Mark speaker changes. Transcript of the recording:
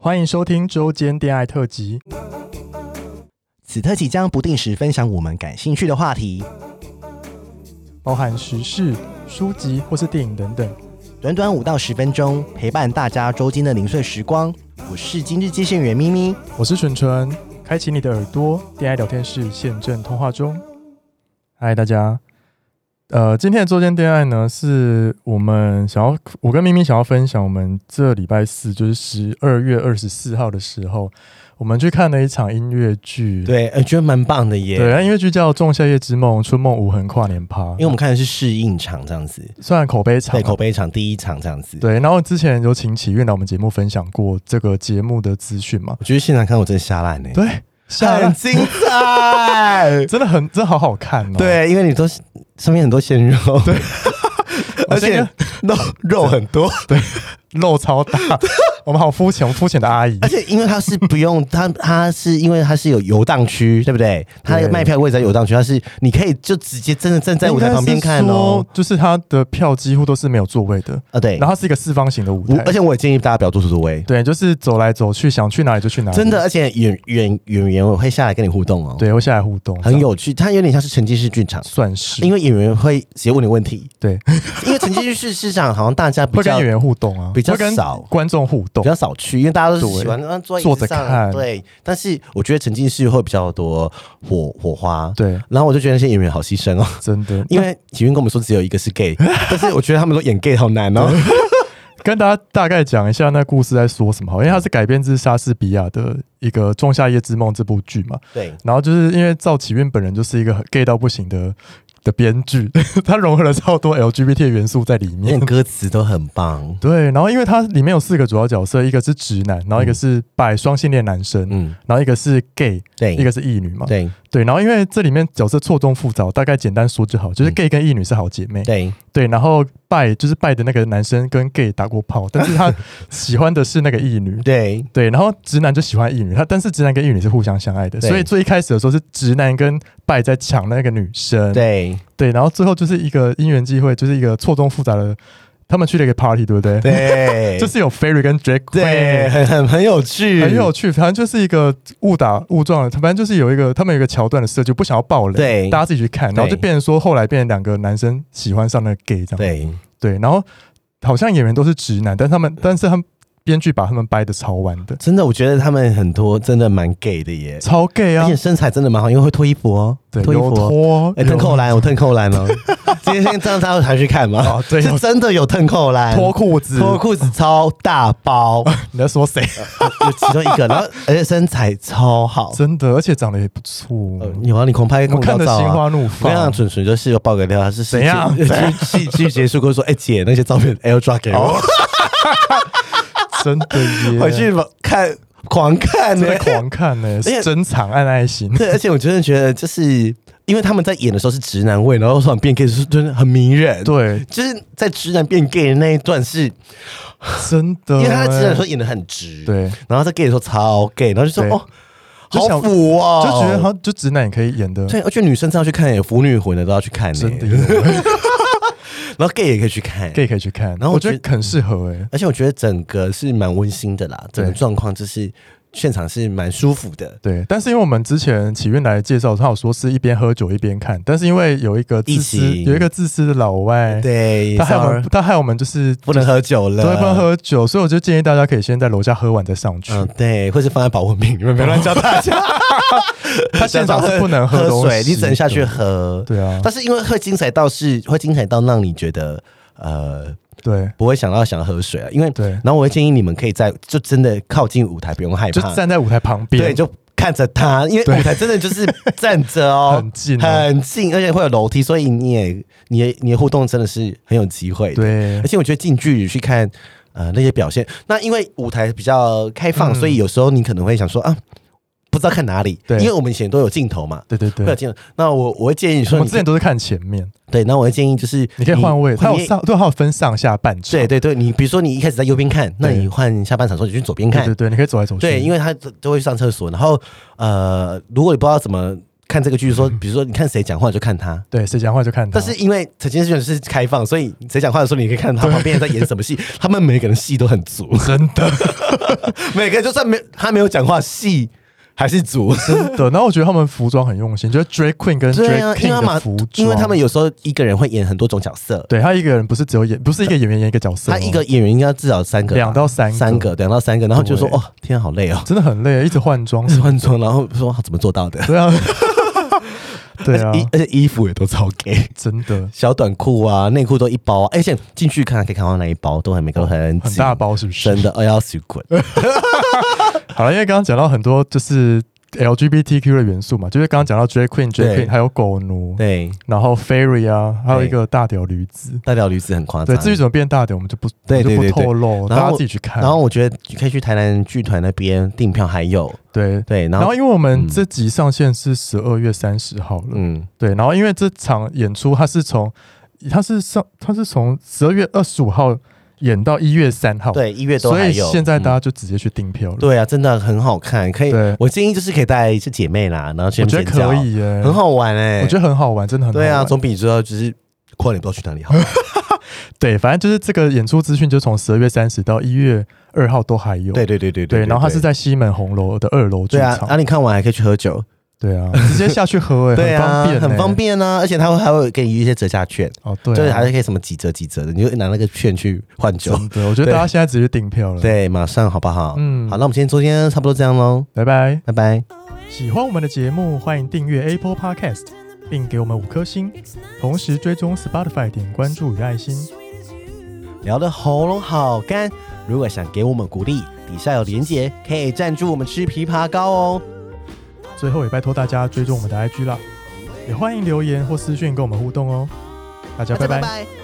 Speaker 1: 欢迎收听周间恋爱特辑。
Speaker 2: 此特辑将不定时分享我们感兴趣的话题，
Speaker 1: 包含时事、书籍或是电影等等。
Speaker 2: 短短五到十分钟，陪伴大家周间的零碎时光。我是今日接线员咪咪，
Speaker 1: 我是纯纯，开启你的耳朵，恋爱聊天室现正通话中。嗨，大家，呃，今天的周间恋爱呢，是我们想要，我跟咪咪想要分享，我们这礼拜四就是十二月二十四号的时候，我们去看了一场音乐剧。
Speaker 2: 对，呃，觉得蛮棒的耶。
Speaker 1: 对，那音乐剧叫《仲夏夜之梦》，春梦无痕跨年趴
Speaker 2: 因为。我们看的是试映场这样子，
Speaker 1: 虽然口碑差
Speaker 2: 对，，口碑场第一场这样子。
Speaker 1: 对，然后之前有请启运来我们节目分享过这个节目的资讯嘛？
Speaker 2: 我觉得现场看我真的瞎烂呢，
Speaker 1: 对，哦下来。
Speaker 2: 很精彩
Speaker 1: 真的很，真的好好看哦。，
Speaker 2: 对，因为你都是上面很多鲜肉，对， 而且肉肉很多，
Speaker 1: 肉超 大，我们好肤浅，我们肤浅的阿姨
Speaker 2: 而。且因为它是不用 它，它是因为它是有游荡区，对不对？它
Speaker 1: 对
Speaker 2: 卖票位置在游荡区，它是你可以就直接真的站在舞台旁边看
Speaker 1: 应该
Speaker 2: 哦
Speaker 1: 是说。就是它的票几乎都是没有座位的，
Speaker 2: 啊，对
Speaker 1: 然，后它是一个四方形的舞
Speaker 2: 我
Speaker 1: 台
Speaker 2: 而，且我也建议大家不要做座位，
Speaker 1: 对，就是走来走去，想去哪里就去哪里，
Speaker 2: 真的，而且演演演员会下来跟你互动哦，，
Speaker 1: 对，会下来互动，
Speaker 2: 很有趣。它有点像是沉浸式剧场，
Speaker 1: 算是，
Speaker 2: 因为演员会直接问你问题，
Speaker 1: 对，
Speaker 2: 因为沉浸式市场好像大家比
Speaker 1: 会跟
Speaker 2: 较
Speaker 1: 演
Speaker 2: 比
Speaker 1: 员互动啊，
Speaker 2: 比较
Speaker 1: 会跟
Speaker 2: 少
Speaker 1: 观众互动，
Speaker 2: 较少去，因为大家都是
Speaker 1: 对
Speaker 2: 喜欢啊坐在椅
Speaker 1: 坐着
Speaker 2: 子上
Speaker 1: 看
Speaker 2: 对。但是我觉得沉浸式会比较多火火花，。
Speaker 1: 对，
Speaker 2: 然后我就觉得那些演员好牺牲哦，
Speaker 1: 真的，
Speaker 2: 因为体院跟我们说只有一个是 gay，但 是我觉得他们都演 gay 好难 哦。
Speaker 1: 跟大家大概讲一下那故事在说什么好，因为它是改编自莎士比亚的一个《仲夏夜之梦》这部剧嘛。
Speaker 2: 对，
Speaker 1: 然后就是因为赵启运本人就是一个很 gay 到不行的的编剧， 他融合了超多 LGBT 元素在里面
Speaker 2: 念。歌词都很棒。
Speaker 1: 对，然后因为它里面有四个主要角色，一个是直男，然后一个是拜双性恋男生，
Speaker 2: 嗯，
Speaker 1: 然后一个是 gay，
Speaker 2: 对，
Speaker 1: 一个是异女嘛。
Speaker 2: 对
Speaker 1: 对，然后因为这里面角色错综复杂，大概简单说就好，就是
Speaker 2: 嗯
Speaker 1: gay 跟异女是好姐妹，
Speaker 2: 对
Speaker 1: 对，然后拜就是拜的那个男生跟 gay 打过炮，但是 他喜欢的是那个异女。
Speaker 2: 对
Speaker 1: 对，然后直男就喜欢异女，他但是直男跟异女是互相相爱的，
Speaker 2: 对
Speaker 1: 所以最一开始的时候是直男跟拜在抢那个女生。
Speaker 2: 对
Speaker 1: 对然后最后就是一个因缘际会，就是一个错综复杂的，他们去了一个 party，对不对？，
Speaker 2: 对，
Speaker 1: 就是有 Fairy 跟 Drag
Speaker 2: 对，
Speaker 1: Queen。
Speaker 2: 很很很有趣，
Speaker 1: 很有趣，反正就是一个误打误撞的，反正就是有一个他们有一个桥段的设计，不想要爆雷，
Speaker 2: 对
Speaker 1: 大家自己去看，然后就
Speaker 2: 对
Speaker 1: 变成说后来变成两个男生喜欢上那个 gay 这样，
Speaker 2: 对
Speaker 1: 对，然后好像演员都是直男，但他们但是他们编剧把他们掰的超弯的，
Speaker 2: 真的，我觉得他们很多真的蛮 gay 的耶，
Speaker 1: 超 gay 啊
Speaker 2: 而且，身材真的蛮好，因为会脱衣服哦，
Speaker 1: 对，
Speaker 2: 脱衣
Speaker 1: 有
Speaker 2: 服哦。
Speaker 1: 脱，
Speaker 2: 哎，
Speaker 1: 有
Speaker 2: 腾扣篮，我腾扣篮 哦，今天这样大家还去看吗
Speaker 1: 哦？对有
Speaker 2: 是 真的有腾扣篮，
Speaker 1: 脱裤子，
Speaker 2: 脱裤子超大包，
Speaker 1: 你在说谁？
Speaker 2: 有其中一个，然后而且身材超好，
Speaker 1: 真的，而且长得也不错，
Speaker 2: 呃，有啊，你狂拍
Speaker 1: 我
Speaker 2: 广
Speaker 1: 看
Speaker 2: 告
Speaker 1: 得
Speaker 2: 照
Speaker 1: 心
Speaker 2: 啊。
Speaker 1: 花怒
Speaker 2: 我跟你讲，
Speaker 1: 放。
Speaker 2: 蠢蠢就是有爆个料，他是
Speaker 1: 怎样
Speaker 2: 戏剧戏剧结束过后说：“哎、姐，那些照片 L 抓给我，
Speaker 1: 真的耶，
Speaker 2: 回去看狂看
Speaker 1: 真
Speaker 2: 呢、
Speaker 1: 的狂看呢、
Speaker 2: 且
Speaker 1: 是珍藏按爱心。
Speaker 2: 对，而且我真的觉得，就是因为他们在演的时候是直男味，然后突然变 gay，就是真的很迷人。，
Speaker 1: 对，
Speaker 2: 就是在直男变 gay 的那一段是，
Speaker 1: 真的
Speaker 2: 因
Speaker 1: 耶，
Speaker 2: 为他在直男的时候演的很直，，
Speaker 1: 对，
Speaker 2: 然后在 gay 的时候超 gay，然后就说
Speaker 1: 对
Speaker 2: 哦，
Speaker 1: 就想
Speaker 2: 好腐哦，
Speaker 1: 就觉得好像就直男也可以演的，
Speaker 2: 对，而且女生这样去看，有欸腐女魂的都要去看、欸，
Speaker 1: 真的耶
Speaker 2: 然后 gay 也可以去看。
Speaker 1: gay 可以去看。
Speaker 2: 然后
Speaker 1: 我
Speaker 2: 我
Speaker 1: 觉
Speaker 2: 觉
Speaker 1: 得很适合哎、
Speaker 2: 而且我觉得整个是蛮温馨的啦，整个
Speaker 1: 对
Speaker 2: 状况就是现场是蛮舒服的。
Speaker 1: 对，但是因为我们之前启运来介绍，他有说是一边喝酒一边看，但是因为有一个自私
Speaker 2: 疫情
Speaker 1: 有一个自私的老外，
Speaker 2: 对，
Speaker 1: 他害我
Speaker 2: sorry，
Speaker 1: 们他害我们就是
Speaker 2: 不能喝酒了，
Speaker 1: 都不能。喝酒，所以我就建议大家可以先在楼下喝完再上去。
Speaker 2: 嗯，对，或是放在保温瓶，你们不要 乱叫大家。
Speaker 1: 他现场是不能喝
Speaker 2: 喝
Speaker 1: 东西
Speaker 2: 水，你只能下去喝。
Speaker 1: 对啊
Speaker 2: 但是因为会精彩到是会精彩到让你觉得呃
Speaker 1: 对，
Speaker 2: 不会想到想喝水啊，因为
Speaker 1: 对
Speaker 2: 然后我会建议你们可以在就真的靠近舞台，不用害
Speaker 1: 就
Speaker 2: 怕，
Speaker 1: 站在舞台旁边，
Speaker 2: 对，就看着他，因为
Speaker 1: 对
Speaker 2: 舞台真的就是站着哦，
Speaker 1: 很近哦
Speaker 2: 很近，而且会有楼梯，所以你也你也你的互动真的是很有机会的。，
Speaker 1: 对
Speaker 2: 而且我觉得近距离去看呃那些表现，那因为舞台比较开放，
Speaker 1: 嗯
Speaker 2: 所以有时候你可能会想说啊，不知道看哪里，
Speaker 1: 对
Speaker 2: 因为我们以前都有镜头嘛。
Speaker 1: 对对
Speaker 2: 会有
Speaker 1: 对，
Speaker 2: 镜头，那我我会建议你
Speaker 1: 我
Speaker 2: 说
Speaker 1: 们
Speaker 2: 你
Speaker 1: 之前都是看前面，
Speaker 2: 对，那我会建议就是
Speaker 1: 你可以换位，他
Speaker 2: 换
Speaker 1: 有上对，他有分上下半场，
Speaker 2: 对对对，你比如说你一开始在右边看，那
Speaker 1: 对
Speaker 2: 你换下半场的时候你去左边
Speaker 1: 对
Speaker 2: 看
Speaker 1: 对，对，你可以走来走去，
Speaker 2: 对，因为他都都会上厕所，然后呃，如果你不知道怎么看这个剧说，比如说你看谁讲话就看他。
Speaker 1: 对，谁讲话就看他。
Speaker 2: 但是因为陈建轩是开放，所以谁讲话的时候，你可以看他旁边人在演什么戏。他们每个人戏都很 足，
Speaker 1: 真的
Speaker 2: 每个人就算没他没有讲话，戏还是足。
Speaker 1: 真的，然后我觉得他们服装很用心，就是 drag queen 跟
Speaker 2: 对
Speaker 1: drag
Speaker 2: 啊，因为他
Speaker 1: king 的
Speaker 2: 们
Speaker 1: 服装，
Speaker 2: 因为他们有时候一个人会演很多种角色，
Speaker 1: 对他一个人不是只有演，不是一个演员演一个角色哦，
Speaker 2: 他一个演员应该至少三个吧，
Speaker 1: 两到三个
Speaker 2: 三个，两到三个，然后就说
Speaker 1: 对
Speaker 2: 哦，天啊，好累哦，
Speaker 1: 真的很累，一直换装什么，
Speaker 2: 换装，然后说怎么做到的？
Speaker 1: 对 啊，对啊
Speaker 2: 而且，衣而且衣服也都超 gay，
Speaker 1: 真的
Speaker 2: 小短裤啊，内裤都一包、啊，而且进去看可以看到那一包都还每个都很
Speaker 1: 哦很
Speaker 2: 紧
Speaker 1: 大，包，是不是？
Speaker 2: 真的，哎要死 滚！
Speaker 1: 好了，因为刚刚讲到很多就是 LGBTQ 的元素嘛，就是刚刚讲到 drag queen、drag
Speaker 2: 对
Speaker 1: queen，还有狗奴，
Speaker 2: 对，
Speaker 1: 然后 fairy 啊，还有一个大屌驴子。
Speaker 2: 大屌驴子很夸张
Speaker 1: 对，。至于怎么变大屌，我们就不
Speaker 2: 对对
Speaker 1: 我们
Speaker 2: 对
Speaker 1: 就不
Speaker 2: 对
Speaker 1: 透露，
Speaker 2: 然
Speaker 1: 大
Speaker 2: 后
Speaker 1: 家自己去看。
Speaker 2: 然后我觉得可以去台南剧团那边订票，还有
Speaker 1: 对。
Speaker 2: 对，然
Speaker 1: 然
Speaker 2: 后
Speaker 1: 后，因为我们这集上线是十二月三十号了，
Speaker 2: 嗯，
Speaker 1: 对。然后，因为这场演出它是从，它是上，它是从十二月二十五号演到一月三号，，
Speaker 2: 对，一月都
Speaker 1: 所
Speaker 2: 还
Speaker 1: 以
Speaker 2: 有。
Speaker 1: 现在大
Speaker 2: 嗯
Speaker 1: 家就直接去订票了。
Speaker 2: 对啊，真的很好看，可以
Speaker 1: 对。
Speaker 2: 我建议就是可以带一些姐妹啦，然后去
Speaker 1: 我
Speaker 2: 那
Speaker 1: 觉得
Speaker 2: 边尖叫啊
Speaker 1: 可，以耶，
Speaker 2: 很，好玩哎。
Speaker 1: 我觉得很好玩，真的很好玩。
Speaker 2: 对啊，总比知道就是跨年不知道去哪 里好。
Speaker 1: 对，反正就是这个演出资讯，就从十二月三十到一月二号都还有。
Speaker 2: 对对对对
Speaker 1: 对，然后它是在西门红楼的二楼剧
Speaker 2: 对啊，
Speaker 1: 场
Speaker 2: 啊，。你看完还可以去喝酒，
Speaker 1: 对啊，直接下去 喝哎，
Speaker 2: 对啊，
Speaker 1: 方便，
Speaker 2: 很方。便啊，而且他会还会给你一些折价券，
Speaker 1: 哦，对啊，
Speaker 2: 就是还是可以什么几折几折的，你就拿那个券去换酒。
Speaker 1: 真的，我觉得
Speaker 2: 对
Speaker 1: 大家现在直接订票了。，
Speaker 2: 对，马上好不好？
Speaker 1: 嗯
Speaker 2: 好，那我们今天今天差不多这样喽，
Speaker 1: 拜拜。
Speaker 2: 拜拜。
Speaker 1: 喜欢我们的节目，欢迎订阅 Apple Podcast，并给我们五颗星，同时追踪 Spotify 点关注与爱心。
Speaker 2: 聊的喉咙好干，如果想给我们鼓励，底下有连结，可以赞助我们吃枇杷膏哦。
Speaker 1: 最后也拜托大家追踪我们的 IG 啦，也欢迎留言或私讯跟我们互动哦。大家
Speaker 2: 大家
Speaker 1: 拜拜
Speaker 2: 拜